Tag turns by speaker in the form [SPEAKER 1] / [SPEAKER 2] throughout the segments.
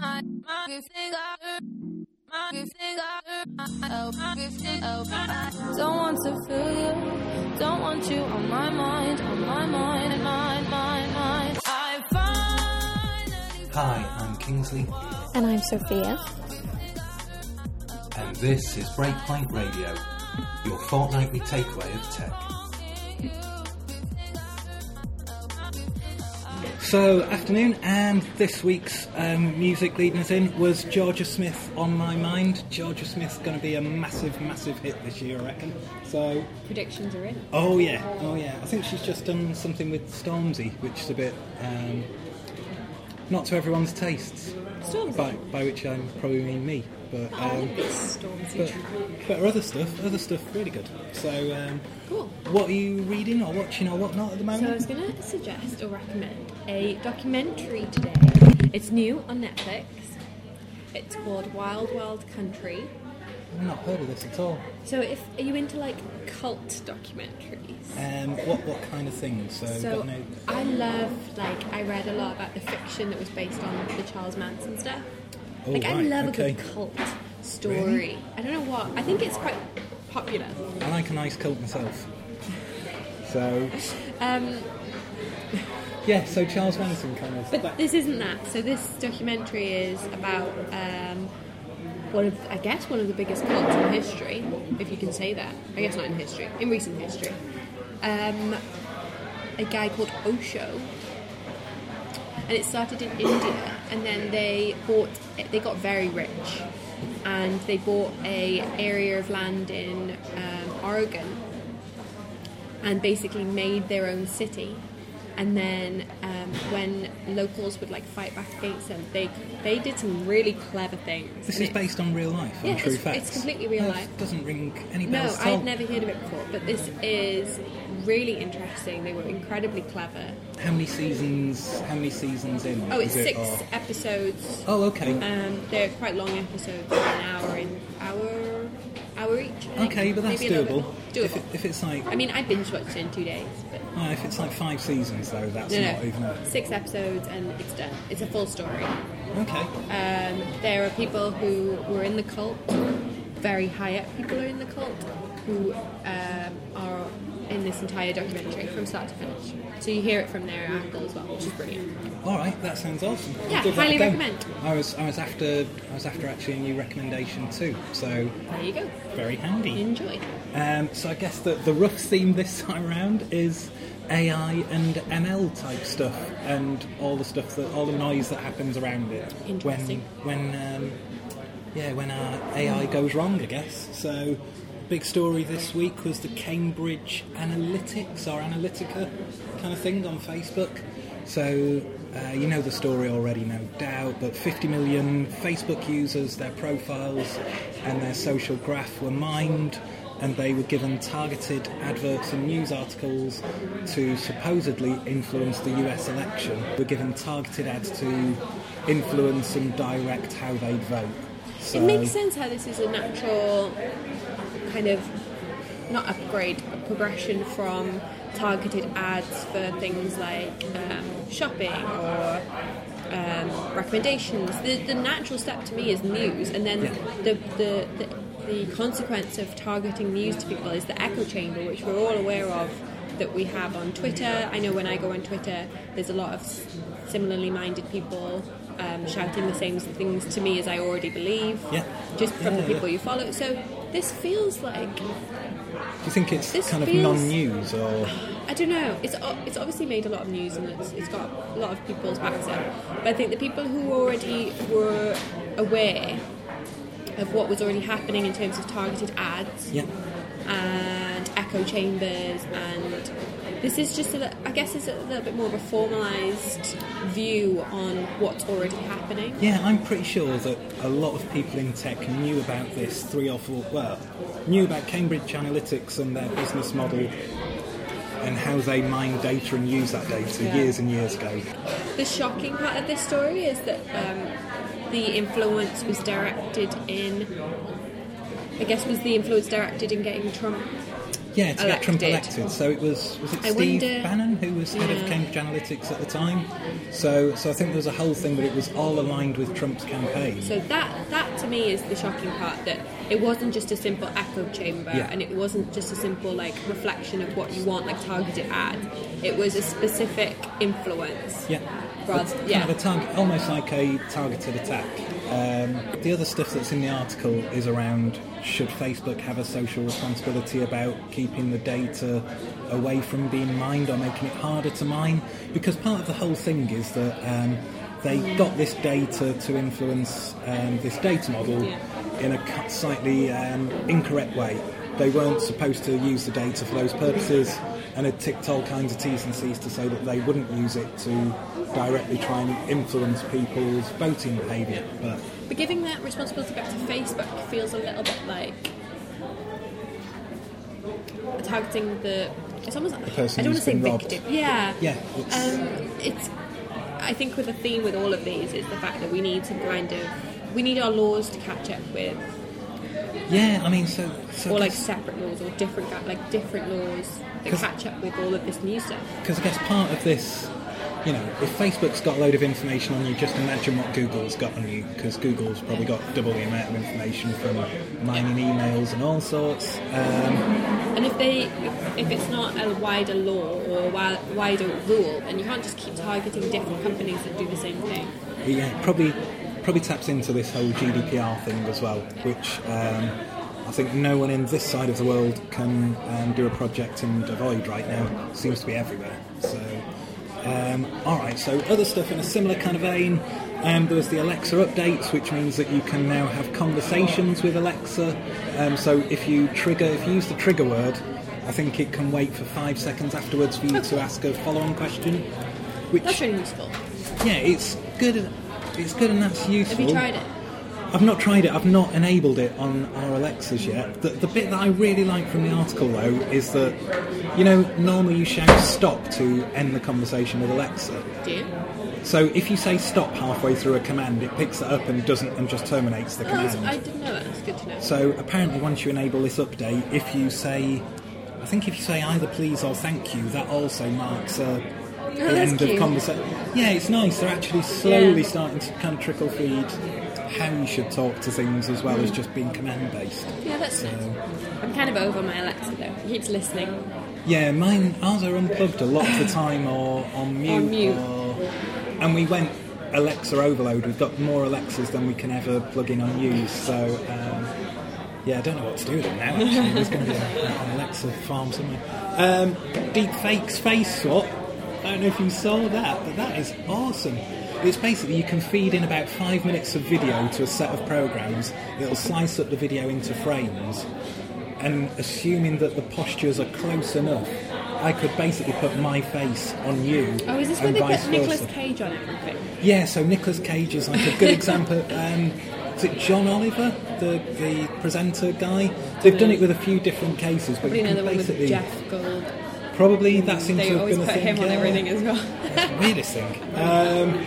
[SPEAKER 1] my my good singer, my good singer, oh my good singer. Oh, I don't want to feel you, don't want you on my mind, on my mind, mind, mind, mind. I finally
[SPEAKER 2] Hi, I'm Kingsley,
[SPEAKER 3] And I'm Sophia.
[SPEAKER 2] and this is Breakpoint Radio, your fortnightly takeaway of tech.
[SPEAKER 4] So, afternoon, and this week's um, music leading us in was Georgia Smith on my mind. Georgia Smith's going to be a massive, massive hit this year, I reckon. So,
[SPEAKER 3] Predictions are in.
[SPEAKER 4] oh yeah, oh yeah. I think she's just done something with Stormzy, which is a bit um, not to everyone's tastes.
[SPEAKER 3] Stormzy?
[SPEAKER 4] By, by which I probably mean me, but.
[SPEAKER 3] I
[SPEAKER 4] Um,
[SPEAKER 3] love this Stormzy.
[SPEAKER 4] but, but her other stuff, other stuff, really good. So, um,
[SPEAKER 3] Cool.
[SPEAKER 4] what are you reading or watching or whatnot at the
[SPEAKER 3] So I
[SPEAKER 4] moment?
[SPEAKER 3] was going to suggest or recommend a documentary today. It's new on Netflix. It's called Wild Wild Country.
[SPEAKER 4] I've not heard of this at all.
[SPEAKER 3] So if are you into like cult documentaries?
[SPEAKER 4] Um, what what kind of things? So,
[SPEAKER 3] so
[SPEAKER 4] Uh, got no,
[SPEAKER 3] I love like I read a lot about the fiction that was based on the Charles Manson stuff.
[SPEAKER 4] Oh,
[SPEAKER 3] like I
[SPEAKER 4] right,
[SPEAKER 3] love a
[SPEAKER 4] okay.
[SPEAKER 3] good cult story.
[SPEAKER 4] Really?
[SPEAKER 3] I don't know what. I think it's quite popular.
[SPEAKER 4] I like a nice cult myself. So
[SPEAKER 3] Um,
[SPEAKER 4] yeah, so Charles Manson kind of.
[SPEAKER 3] But this isn't that. So this documentary is about um, one of, I guess, one of the biggest cults in history, if you can say that. I guess not in history, in recent history. Um, a guy called Osho, and it started in India, and then they bought, they got very rich, and they bought a area of land in um, Oregon, and basically made their own city. And then um, when locals would like fight back against them, they they did some really clever things.
[SPEAKER 4] this
[SPEAKER 3] And
[SPEAKER 4] is
[SPEAKER 3] it-
[SPEAKER 4] based on real life,
[SPEAKER 3] Yeah,
[SPEAKER 4] on true
[SPEAKER 3] it's-
[SPEAKER 4] facts.
[SPEAKER 3] it's completely real
[SPEAKER 4] No,
[SPEAKER 3] life.
[SPEAKER 4] It doesn't ring any
[SPEAKER 3] No,
[SPEAKER 4] bells. at all.
[SPEAKER 3] I'd never heard of it before, but this is really interesting. They were incredibly clever.
[SPEAKER 4] How many seasons? How many seasons in?
[SPEAKER 3] Oh, it's
[SPEAKER 4] is
[SPEAKER 3] six
[SPEAKER 4] It, uh, or-
[SPEAKER 3] episodes.
[SPEAKER 4] Oh, okay.
[SPEAKER 3] Um, they're quite long episodes, an hour in hour hour each. I think.
[SPEAKER 4] okay, but that's
[SPEAKER 3] Maybe a little
[SPEAKER 4] doable.
[SPEAKER 3] bit- Doable.
[SPEAKER 4] If, it, if it's like,
[SPEAKER 3] I mean, I binge watched it in two days, but
[SPEAKER 4] oh, if it's like five seasons though, that's
[SPEAKER 3] no,
[SPEAKER 4] not even.
[SPEAKER 3] no,
[SPEAKER 4] A,
[SPEAKER 3] six episodes and it's done. It's a full story.
[SPEAKER 4] okay.
[SPEAKER 3] Um, there are people who were in the cult, very high up people are in the cult, who um, are in this entire documentary from start to finish. So you hear it from their angle as well, which is brilliant.
[SPEAKER 4] All right, that sounds awesome. I'll
[SPEAKER 3] Yeah,
[SPEAKER 4] give that
[SPEAKER 3] highly
[SPEAKER 4] a go.
[SPEAKER 3] recommend.
[SPEAKER 4] I was I was after I was after actually a new recommendation too, so
[SPEAKER 3] There you go.
[SPEAKER 4] very handy.
[SPEAKER 3] Enjoy. Mm.
[SPEAKER 4] Um, so I guess that the rough theme this time round is AI and ML type stuff, and all the stuff that all the noise that happens around it.
[SPEAKER 3] Interesting.
[SPEAKER 4] When when um, yeah, when our AI goes wrong, I guess. So big story this week was the Cambridge Analytics or Analytica kind of thing on Facebook. So. Uh, you know the story already, no doubt, but 50 million Facebook users, their profiles, and their social graph were mined and they were given targeted adverts and news articles to supposedly influence the US election. Were given targeted ads to influence and direct how they'd vote. So, um,
[SPEAKER 3] It makes sense how this is a natural kind of not upgrade, but progression from targeted ads for things like um, shopping or um, recommendations. The, the natural step to me is news, and then
[SPEAKER 4] Yeah.
[SPEAKER 3] the, the, the, the consequence of targeting news to people is the echo chamber, which we're all aware of that we have on Twitter. I know when I go on Twitter, there's a lot of s- similarly minded people um, shouting the same things to me as I already believe,
[SPEAKER 4] Yeah.
[SPEAKER 3] just from
[SPEAKER 4] Yeah,
[SPEAKER 3] the
[SPEAKER 4] yeah.
[SPEAKER 3] people you follow. So this feels like
[SPEAKER 4] Do you think it's
[SPEAKER 3] This
[SPEAKER 4] kind of
[SPEAKER 3] feels-
[SPEAKER 4] non-news or
[SPEAKER 3] I don't know. It's o- it's obviously made a lot of news and it's, it's got a lot of people's backs up. But I think the people who already were aware of what was already happening in terms of targeted ads
[SPEAKER 4] yeah?
[SPEAKER 3] and echo chambers and this is just a li- I guess it's a little bit more of a formalized view on what's already happening.
[SPEAKER 4] Yeah, I'm pretty sure that a lot of people in tech knew about this three or four, well, knew about Cambridge Analytics and their business model and how they mine data and use that data
[SPEAKER 3] Yeah.
[SPEAKER 4] years and years ago.
[SPEAKER 3] The shocking part of this story is that um, the influence was directed in. I guess was the influence directed in getting Trump
[SPEAKER 4] Yeah, to get Trump
[SPEAKER 3] Elected.
[SPEAKER 4] elected. So it was was it
[SPEAKER 3] I
[SPEAKER 4] Steve
[SPEAKER 3] wonder-
[SPEAKER 4] Bannon who was head of
[SPEAKER 3] Yeah.
[SPEAKER 4] Cambridge Analytics at the time. So so I think there was a whole thing that it was all aligned with Trump's campaign.
[SPEAKER 3] So that that to me is the shocking part that it wasn't just a simple echo chamber
[SPEAKER 4] Yeah.
[SPEAKER 3] and it wasn't just a simple like reflection of what you want like targeted ad. It was a specific influence.
[SPEAKER 4] Yeah.
[SPEAKER 3] Rather-
[SPEAKER 4] It's kind
[SPEAKER 3] yeah.
[SPEAKER 4] of a target, almost like a targeted attack. Um, the other stuff that's in the article is around should Facebook have a social responsibility about keeping the data away from being mined or making it harder to mine? Because part of the whole thing is that um, they got this data to influence um, this data model in a cu- slightly um, incorrect way. They weren't supposed to use the data for those purposes and had ticked all kinds of T's and C's to say that they wouldn't use it to directly try and influence people's voting behaviour. But
[SPEAKER 3] But giving that responsibility back to Facebook feels a little bit like targeting the. It's almost the
[SPEAKER 4] person
[SPEAKER 3] I don't
[SPEAKER 4] who's
[SPEAKER 3] want to say
[SPEAKER 4] been robbed.
[SPEAKER 3] victim. Yeah.
[SPEAKER 4] yeah, it's,
[SPEAKER 3] Um, it's. I think with the theme with all of these is the fact that we need to kind of we need our laws to catch up with,
[SPEAKER 4] yeah, I mean, so, so
[SPEAKER 3] or like separate laws or different ga- like different laws that
[SPEAKER 4] 'Cause-
[SPEAKER 3] catch up with all of this new stuff.
[SPEAKER 4] Because I guess part of this, you know, if Facebook's got a load of information on you, just imagine what Google's got on you, because Google's probably got double the amount of information from mining emails and all sorts. Um,
[SPEAKER 3] And if they, if, if it's not a wider law or a wi- wider rule, then you can't just keep targeting different companies that do the same thing.
[SPEAKER 4] yeah, probably probably taps into this whole GDPR thing as well, which um, I think no one in this side of the world can um, do a project and avoid right now. It seems to be everywhere. So, um, all right. So other stuff in a similar kind of vein. Um, there was the Alexa updates, which means that you can now have conversations with Alexa. Um, so if you trigger, if you use the trigger word, I think it can wait for five seconds afterwards for you to ask a follow-on question. Which
[SPEAKER 3] That's really useful.
[SPEAKER 4] yeah, it's good. It's good and that's useful.
[SPEAKER 3] Have you tried it?
[SPEAKER 4] I've not tried it. I've not enabled it on our Alexas yet. The, the bit that I really like from the article, though, is that you know normally you shout stop to end the conversation with Alexa.
[SPEAKER 3] Do you?
[SPEAKER 4] So if you say stop halfway through a command, it picks it up and doesn't and just terminates the
[SPEAKER 3] Oh, that's, I
[SPEAKER 4] command.
[SPEAKER 3] didn't know that. That's good to know.
[SPEAKER 4] So apparently, once you enable this update, if you say, I think if you say either please or thank you, that also marks uh, the
[SPEAKER 3] Oh, that's
[SPEAKER 4] end of
[SPEAKER 3] cute.
[SPEAKER 4] conversation. Yeah, it's nice. They're actually slowly
[SPEAKER 3] Yeah.
[SPEAKER 4] starting to kind of trickle feed how you should talk to things as well as just being command based.
[SPEAKER 3] yeah, that's nice. I'm kind of over my Alexa though. It keeps listening.
[SPEAKER 4] Yeah, mine ours are unplugged a lot of the time or on mute.
[SPEAKER 3] mute.
[SPEAKER 4] or- and we went Alexa overload. We've got more Alexas than we can ever plug in and use. So um, yeah, I don't know what to do with them now. Actually, there's going to be a- an Alexa farm somewhere. Um, deep fakes face swap. I don't know if you saw that, but that is awesome. It's basically you can feed in about five minutes of video to a set of programs. It'll slice up the video into frames and assuming that the postures are close enough, I could basically put my face on you.
[SPEAKER 3] Oh, is this where
[SPEAKER 4] and
[SPEAKER 3] they
[SPEAKER 4] vice
[SPEAKER 3] put Nicolas
[SPEAKER 4] versa.
[SPEAKER 3] Cage on everything?
[SPEAKER 4] Yeah, so Nicolas Cage is like a good example. Um, is it John Oliver, the, the presenter guy? They've done it with a few different cases, but
[SPEAKER 3] Probably
[SPEAKER 4] you can
[SPEAKER 3] another one
[SPEAKER 4] basically
[SPEAKER 3] with Jeff Gold.
[SPEAKER 4] probably that seems
[SPEAKER 3] They
[SPEAKER 4] to have
[SPEAKER 3] always
[SPEAKER 4] been
[SPEAKER 3] put
[SPEAKER 4] a thing.
[SPEAKER 3] him on
[SPEAKER 4] yeah.
[SPEAKER 3] everything as well.
[SPEAKER 4] Weirdest thing. Um,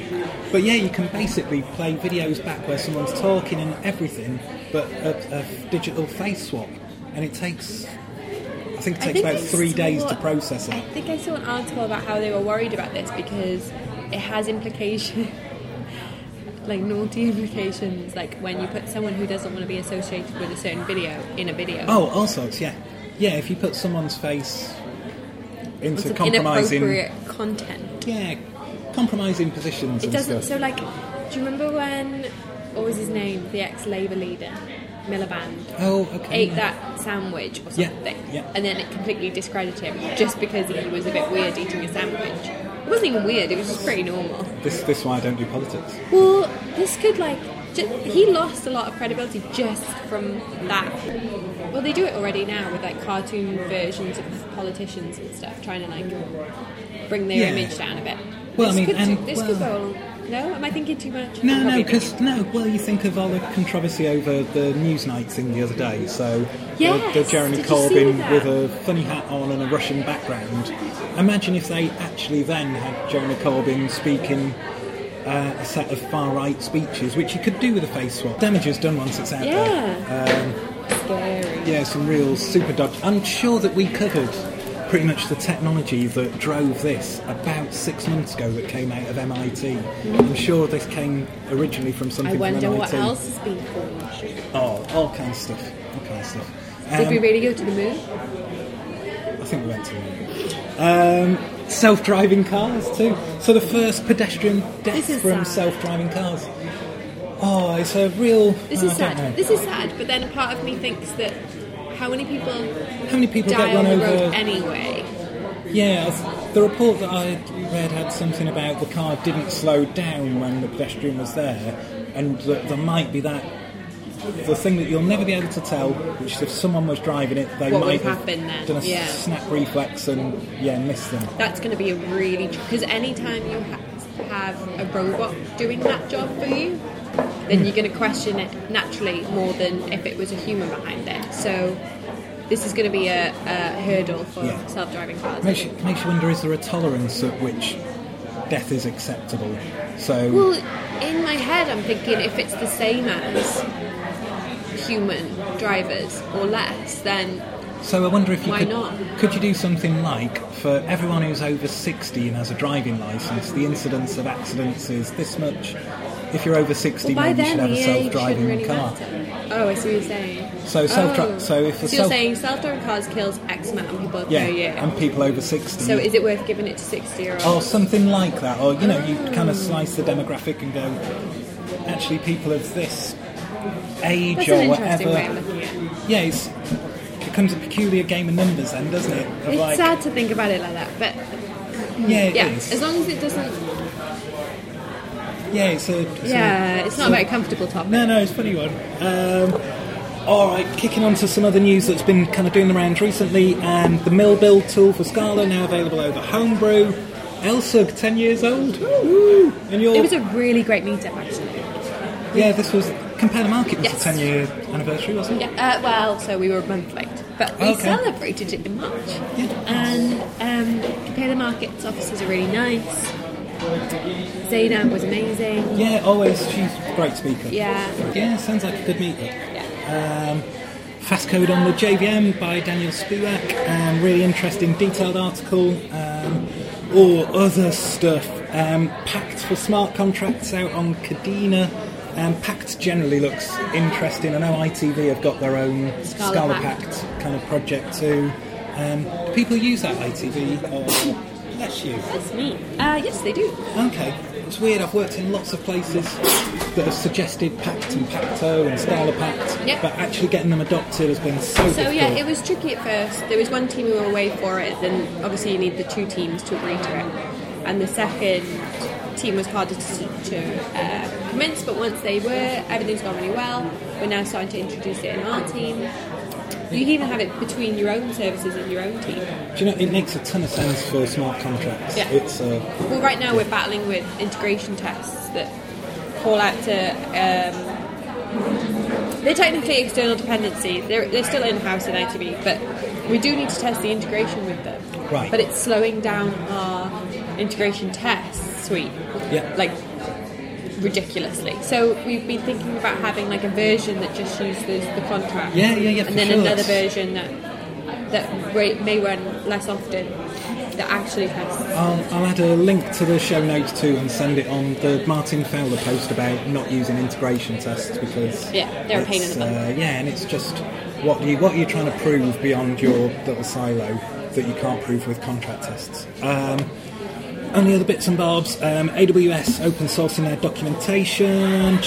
[SPEAKER 4] but yeah, you can basically play videos back where someone's talking and everything, but a, a digital face swap, and it takes. I think it takes about three days to process
[SPEAKER 3] I
[SPEAKER 4] it.
[SPEAKER 3] think I saw an article about how they were worried about this because it has implications, like naughty implications, like when you put someone who doesn't want to be associated with a certain video in a video.
[SPEAKER 4] Oh, all sorts. Yeah, yeah. If you put someone's face
[SPEAKER 3] With
[SPEAKER 4] into
[SPEAKER 3] some
[SPEAKER 4] compromising,
[SPEAKER 3] inappropriate content.
[SPEAKER 4] yeah, compromising positions.
[SPEAKER 3] It
[SPEAKER 4] and
[SPEAKER 3] doesn't. So,
[SPEAKER 4] Stuff.
[SPEAKER 3] like, do you remember when? What was his name? The ex-Labour leader, Miliband,
[SPEAKER 4] oh, okay.
[SPEAKER 3] ate that sandwich or
[SPEAKER 4] Yeah,
[SPEAKER 3] something,
[SPEAKER 4] yeah.
[SPEAKER 3] and then it completely discredited him just because he was a bit weird eating a sandwich. It wasn't even weird. It was just pretty normal.
[SPEAKER 4] This, this is why I don't do politics.
[SPEAKER 3] Well, this could like. Ju- he lost a lot of credibility just from that. Well, they do it already now with like cartoon versions of politicians and stuff, trying to like bring their
[SPEAKER 4] Yeah.
[SPEAKER 3] image down a bit.
[SPEAKER 4] Well, I
[SPEAKER 3] this
[SPEAKER 4] mean,
[SPEAKER 3] could,
[SPEAKER 4] and-
[SPEAKER 3] this could
[SPEAKER 4] well-
[SPEAKER 3] go. No, am I thinking too much?
[SPEAKER 4] No, no,
[SPEAKER 3] Probably
[SPEAKER 4] because no. Well, you think of all the controversy over the Newsnight thing the other day. So the-
[SPEAKER 3] Yes,
[SPEAKER 4] the, Jeremy
[SPEAKER 3] did you see
[SPEAKER 4] Corbyn
[SPEAKER 3] that?
[SPEAKER 4] with a funny hat on and a Russian background. Imagine if they actually then had Jeremy Corbyn speaking uh, a set of far right speeches, which you could do with a face swap. Damage is done once it's out there.
[SPEAKER 3] Yeah. Scary.
[SPEAKER 4] yeah, some real super dodge. I'm sure that we covered pretty much the technology that drove this about six months ago that came out of MIT. I'm sure this came originally from something
[SPEAKER 3] I wonder
[SPEAKER 4] from MIT.
[SPEAKER 3] what else has been forged.
[SPEAKER 4] Oh, all kinds of stuff. All kinds of stuff.
[SPEAKER 3] Did
[SPEAKER 4] Um,
[SPEAKER 3] we really go to the moon?
[SPEAKER 4] I think we went to um, self-driving cars too. So the first pedestrian death
[SPEAKER 3] This is
[SPEAKER 4] from
[SPEAKER 3] sad.
[SPEAKER 4] self-driving cars. Oh, it's a real.
[SPEAKER 3] This
[SPEAKER 4] oh,
[SPEAKER 3] is
[SPEAKER 4] I don't
[SPEAKER 3] sad.
[SPEAKER 4] know.
[SPEAKER 3] This is sad, but then a part of me thinks that how many people
[SPEAKER 4] How many people
[SPEAKER 3] die
[SPEAKER 4] get run
[SPEAKER 3] on the
[SPEAKER 4] over?
[SPEAKER 3] road anyway?
[SPEAKER 4] Yeah, I th- the report that I read had something about the car didn't slow down when the pedestrian was there, and that there might be that. The thing that you'll never be able to tell, which is if someone was driving it, they
[SPEAKER 3] What would
[SPEAKER 4] might
[SPEAKER 3] have
[SPEAKER 4] have
[SPEAKER 3] happened then,
[SPEAKER 4] done a s-
[SPEAKER 3] yeah.
[SPEAKER 4] snap reflex and yeah, missed them.
[SPEAKER 3] That's going to be a really because anytime you ha- have a robot doing that job for you, then you're going to question it naturally more than if it was a human behind it. So this is going to be a, a hurdle for
[SPEAKER 4] Yeah.
[SPEAKER 3] self-driving cars. I
[SPEAKER 4] Makes you,
[SPEAKER 3] think.
[SPEAKER 4] makes you wonder: is there a tolerance at which death is acceptable? So
[SPEAKER 3] Well, in my head, I'm thinking if it's the same as human drivers or less, then
[SPEAKER 4] So I wonder if you
[SPEAKER 3] Why
[SPEAKER 4] could,
[SPEAKER 3] not?
[SPEAKER 4] could you do something like for everyone who's over 60 and has a driving license, the incidence of accidents is this much. If you're over 60,
[SPEAKER 3] Well, by
[SPEAKER 4] maybe you should have
[SPEAKER 3] then the
[SPEAKER 4] a
[SPEAKER 3] age shouldn't
[SPEAKER 4] self-driving
[SPEAKER 3] really
[SPEAKER 4] car.
[SPEAKER 3] matter. Oh, I see what you're saying.
[SPEAKER 4] So self-dri-
[SPEAKER 3] Oh.
[SPEAKER 4] so if the
[SPEAKER 3] so you're
[SPEAKER 4] self-
[SPEAKER 3] saying self-driving cars kills X amount of people
[SPEAKER 4] Yeah,
[SPEAKER 3] per year.
[SPEAKER 4] and Oh, people over 60.
[SPEAKER 3] so is it worth giving it to 60 year olds?
[SPEAKER 4] or something like that, or you know, you kind of slice the demographic and go, actually, people of this age
[SPEAKER 3] That's
[SPEAKER 4] or
[SPEAKER 3] an
[SPEAKER 4] whatever.
[SPEAKER 3] interesting way of looking at it.
[SPEAKER 4] Yeah, it's, it becomes a peculiar game of numbers, then, doesn't it? Of
[SPEAKER 3] It's
[SPEAKER 4] like,
[SPEAKER 3] sad to think about it like that, but
[SPEAKER 4] yeah, it
[SPEAKER 3] yeah,
[SPEAKER 4] is.
[SPEAKER 3] as long as it doesn't.
[SPEAKER 4] yeah, it's a it's a-
[SPEAKER 3] Yeah, it's not a very comfortable topic.
[SPEAKER 4] No, no, it's a funny one. Um, all right, kicking on to some other news that's been kind of doing the rounds recently. Um, the mill build tool for Scala now available over Homebrew. Elsug, ten years old. Woo! And your
[SPEAKER 3] It was a really great meetup, actually.
[SPEAKER 4] yeah, this was Compare the Market was
[SPEAKER 3] Yes.
[SPEAKER 4] the ten year anniversary, wasn't it?
[SPEAKER 3] Yeah, uh, well, so we were a month late, but we
[SPEAKER 4] Okay.
[SPEAKER 3] celebrated it in March.
[SPEAKER 4] Yeah.
[SPEAKER 3] And um, compare the markets offices are really nice. Zaydan was amazing.
[SPEAKER 4] Yeah, always. She's a great speaker.
[SPEAKER 3] Yeah.
[SPEAKER 4] Yeah, sounds like a good meetup. Um, Fast Code on the JVM by Daniel Spivak. Um, really interesting, detailed article. Um, or other stuff. Um, Pact for smart contracts out on Cadena. Um, Pact generally looks interesting. I know ITV have got their own
[SPEAKER 3] Scala
[SPEAKER 4] Scala
[SPEAKER 3] Pact.
[SPEAKER 4] Pact. kind of project too. Um, do people use that ITV. Or... Bless you.
[SPEAKER 3] That's neat. Uh, yes, they do.
[SPEAKER 4] Okay, it's weird. I've worked in lots of places that have suggested Pact and Pacto and Scala Pact,
[SPEAKER 3] Yep.
[SPEAKER 4] but actually getting them adopted has been so.
[SPEAKER 3] So
[SPEAKER 4] difficult.
[SPEAKER 3] yeah, it was tricky at first. There was one team who were away for it, then obviously you need the two teams to agree to it, and the second team was harder to, to uh, convince. But once they were, everything's gone really well. We're now starting to introduce it in our team. You can even have it between your own services and your own team.
[SPEAKER 4] Do you know it makes a ton of sense for smart contracts?
[SPEAKER 3] Yeah.
[SPEAKER 4] It's uh,
[SPEAKER 3] Well, right now we're battling with integration tests that call out to. Um, they're technically external dependency. They're, they're still in house in ITV, but we do need to test the integration with them.
[SPEAKER 4] Right.
[SPEAKER 3] But it's slowing down our integration test suite.
[SPEAKER 4] Yeah.
[SPEAKER 3] Like ridiculously. So we've been thinking about having like a version that just uses the contract.
[SPEAKER 4] Yeah, yeah, yeah, for
[SPEAKER 3] And then
[SPEAKER 4] sure,
[SPEAKER 3] another
[SPEAKER 4] that's-
[SPEAKER 3] version that that ra- may run less often that actually tests.
[SPEAKER 4] I'll, I'll add a link to the show notes too and send it on the Martin Fowler post about not using integration tests because
[SPEAKER 3] Yeah, they're a pain in the
[SPEAKER 4] it's,
[SPEAKER 3] butt.
[SPEAKER 4] Uh, yeah, and it's just what you what you're trying to prove beyond your little silo that you can't prove with contract tests. Um, only other bits and bobs. Um, AWS open sourcing their documentation,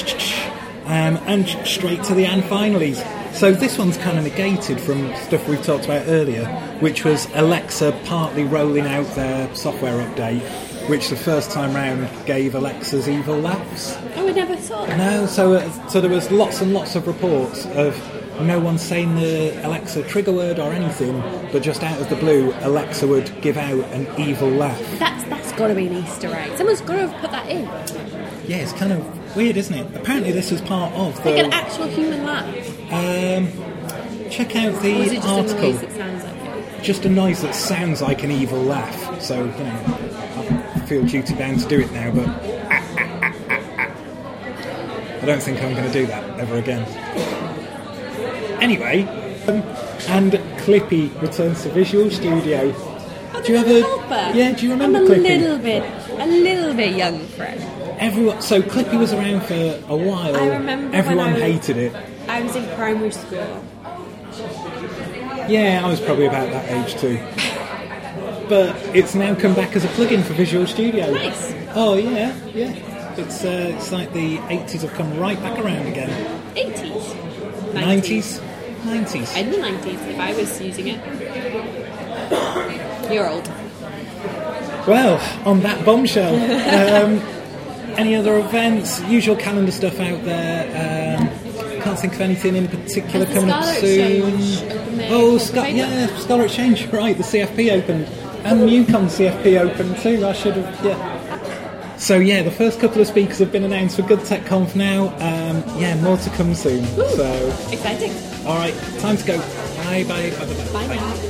[SPEAKER 4] um, and straight to the and finalies. So this one's kind of negated from stuff we've talked about earlier, which was Alexa partly rolling out their software update, which the first time round gave Alexa's evil laughs.
[SPEAKER 3] Oh, I never saw that.
[SPEAKER 4] No, so uh, so there was lots and lots of reports of no one saying the Alexa trigger word or anything, but just out of the blue, Alexa would give out an evil laugh.
[SPEAKER 3] That's that's got to be an Easter egg. Someone's got to have put that in,
[SPEAKER 4] Yeah, it's kind of weird, isn't it? Apparently, this is part of
[SPEAKER 3] like
[SPEAKER 4] the.
[SPEAKER 3] an actual human laugh.
[SPEAKER 4] Um, check out
[SPEAKER 3] Or is
[SPEAKER 4] the
[SPEAKER 3] it just a
[SPEAKER 4] article.
[SPEAKER 3] noise that sounds like it?
[SPEAKER 4] just a noise that sounds like an evil laugh. So you know, I feel duty bound to do it now, but I don't think I'm going to do that ever again. Anyway, And Clippy returns to Visual Studio.
[SPEAKER 3] I
[SPEAKER 4] do you
[SPEAKER 3] don't
[SPEAKER 4] ever?
[SPEAKER 3] know about.
[SPEAKER 4] Yeah, do you remember
[SPEAKER 3] I'm a
[SPEAKER 4] Clippy?
[SPEAKER 3] little bit, a little bit young for it.
[SPEAKER 4] Everyone. So Clippy was around for a while.
[SPEAKER 3] I remember when
[SPEAKER 4] Everyone
[SPEAKER 3] I was-
[SPEAKER 4] hated it.
[SPEAKER 3] I was in primary school.
[SPEAKER 4] Yeah, I was probably about that age too. But it's now come back as a plugin for Visual Studio.
[SPEAKER 3] Nice.
[SPEAKER 4] Oh yeah, yeah. It's uh, it's like the 80s have come right back around again.
[SPEAKER 3] 80s.
[SPEAKER 4] 90s, 90s.
[SPEAKER 3] In the 90s, if I was using it. You're old.
[SPEAKER 4] Well, on that bombshell. um, any other events? Usual calendar stuff out there. Um, can't think of anything in particular
[SPEAKER 3] Has the
[SPEAKER 4] coming up
[SPEAKER 3] Scholar
[SPEAKER 4] soon.
[SPEAKER 3] Exchange opened their
[SPEAKER 4] oh,
[SPEAKER 3] Corporate
[SPEAKER 4] Scar-
[SPEAKER 3] Trade
[SPEAKER 4] yeah, Scholar Exchange. Right, the CFP opened, and Newcom CFP opened too. I should have. Yeah. So yeah, the first couple of speakers have been announced for Good Tech Conf now. Um, yeah, more to come soon. So
[SPEAKER 3] Exciting.
[SPEAKER 4] all right, time to go. Bye bye bye bye.
[SPEAKER 3] Bye now.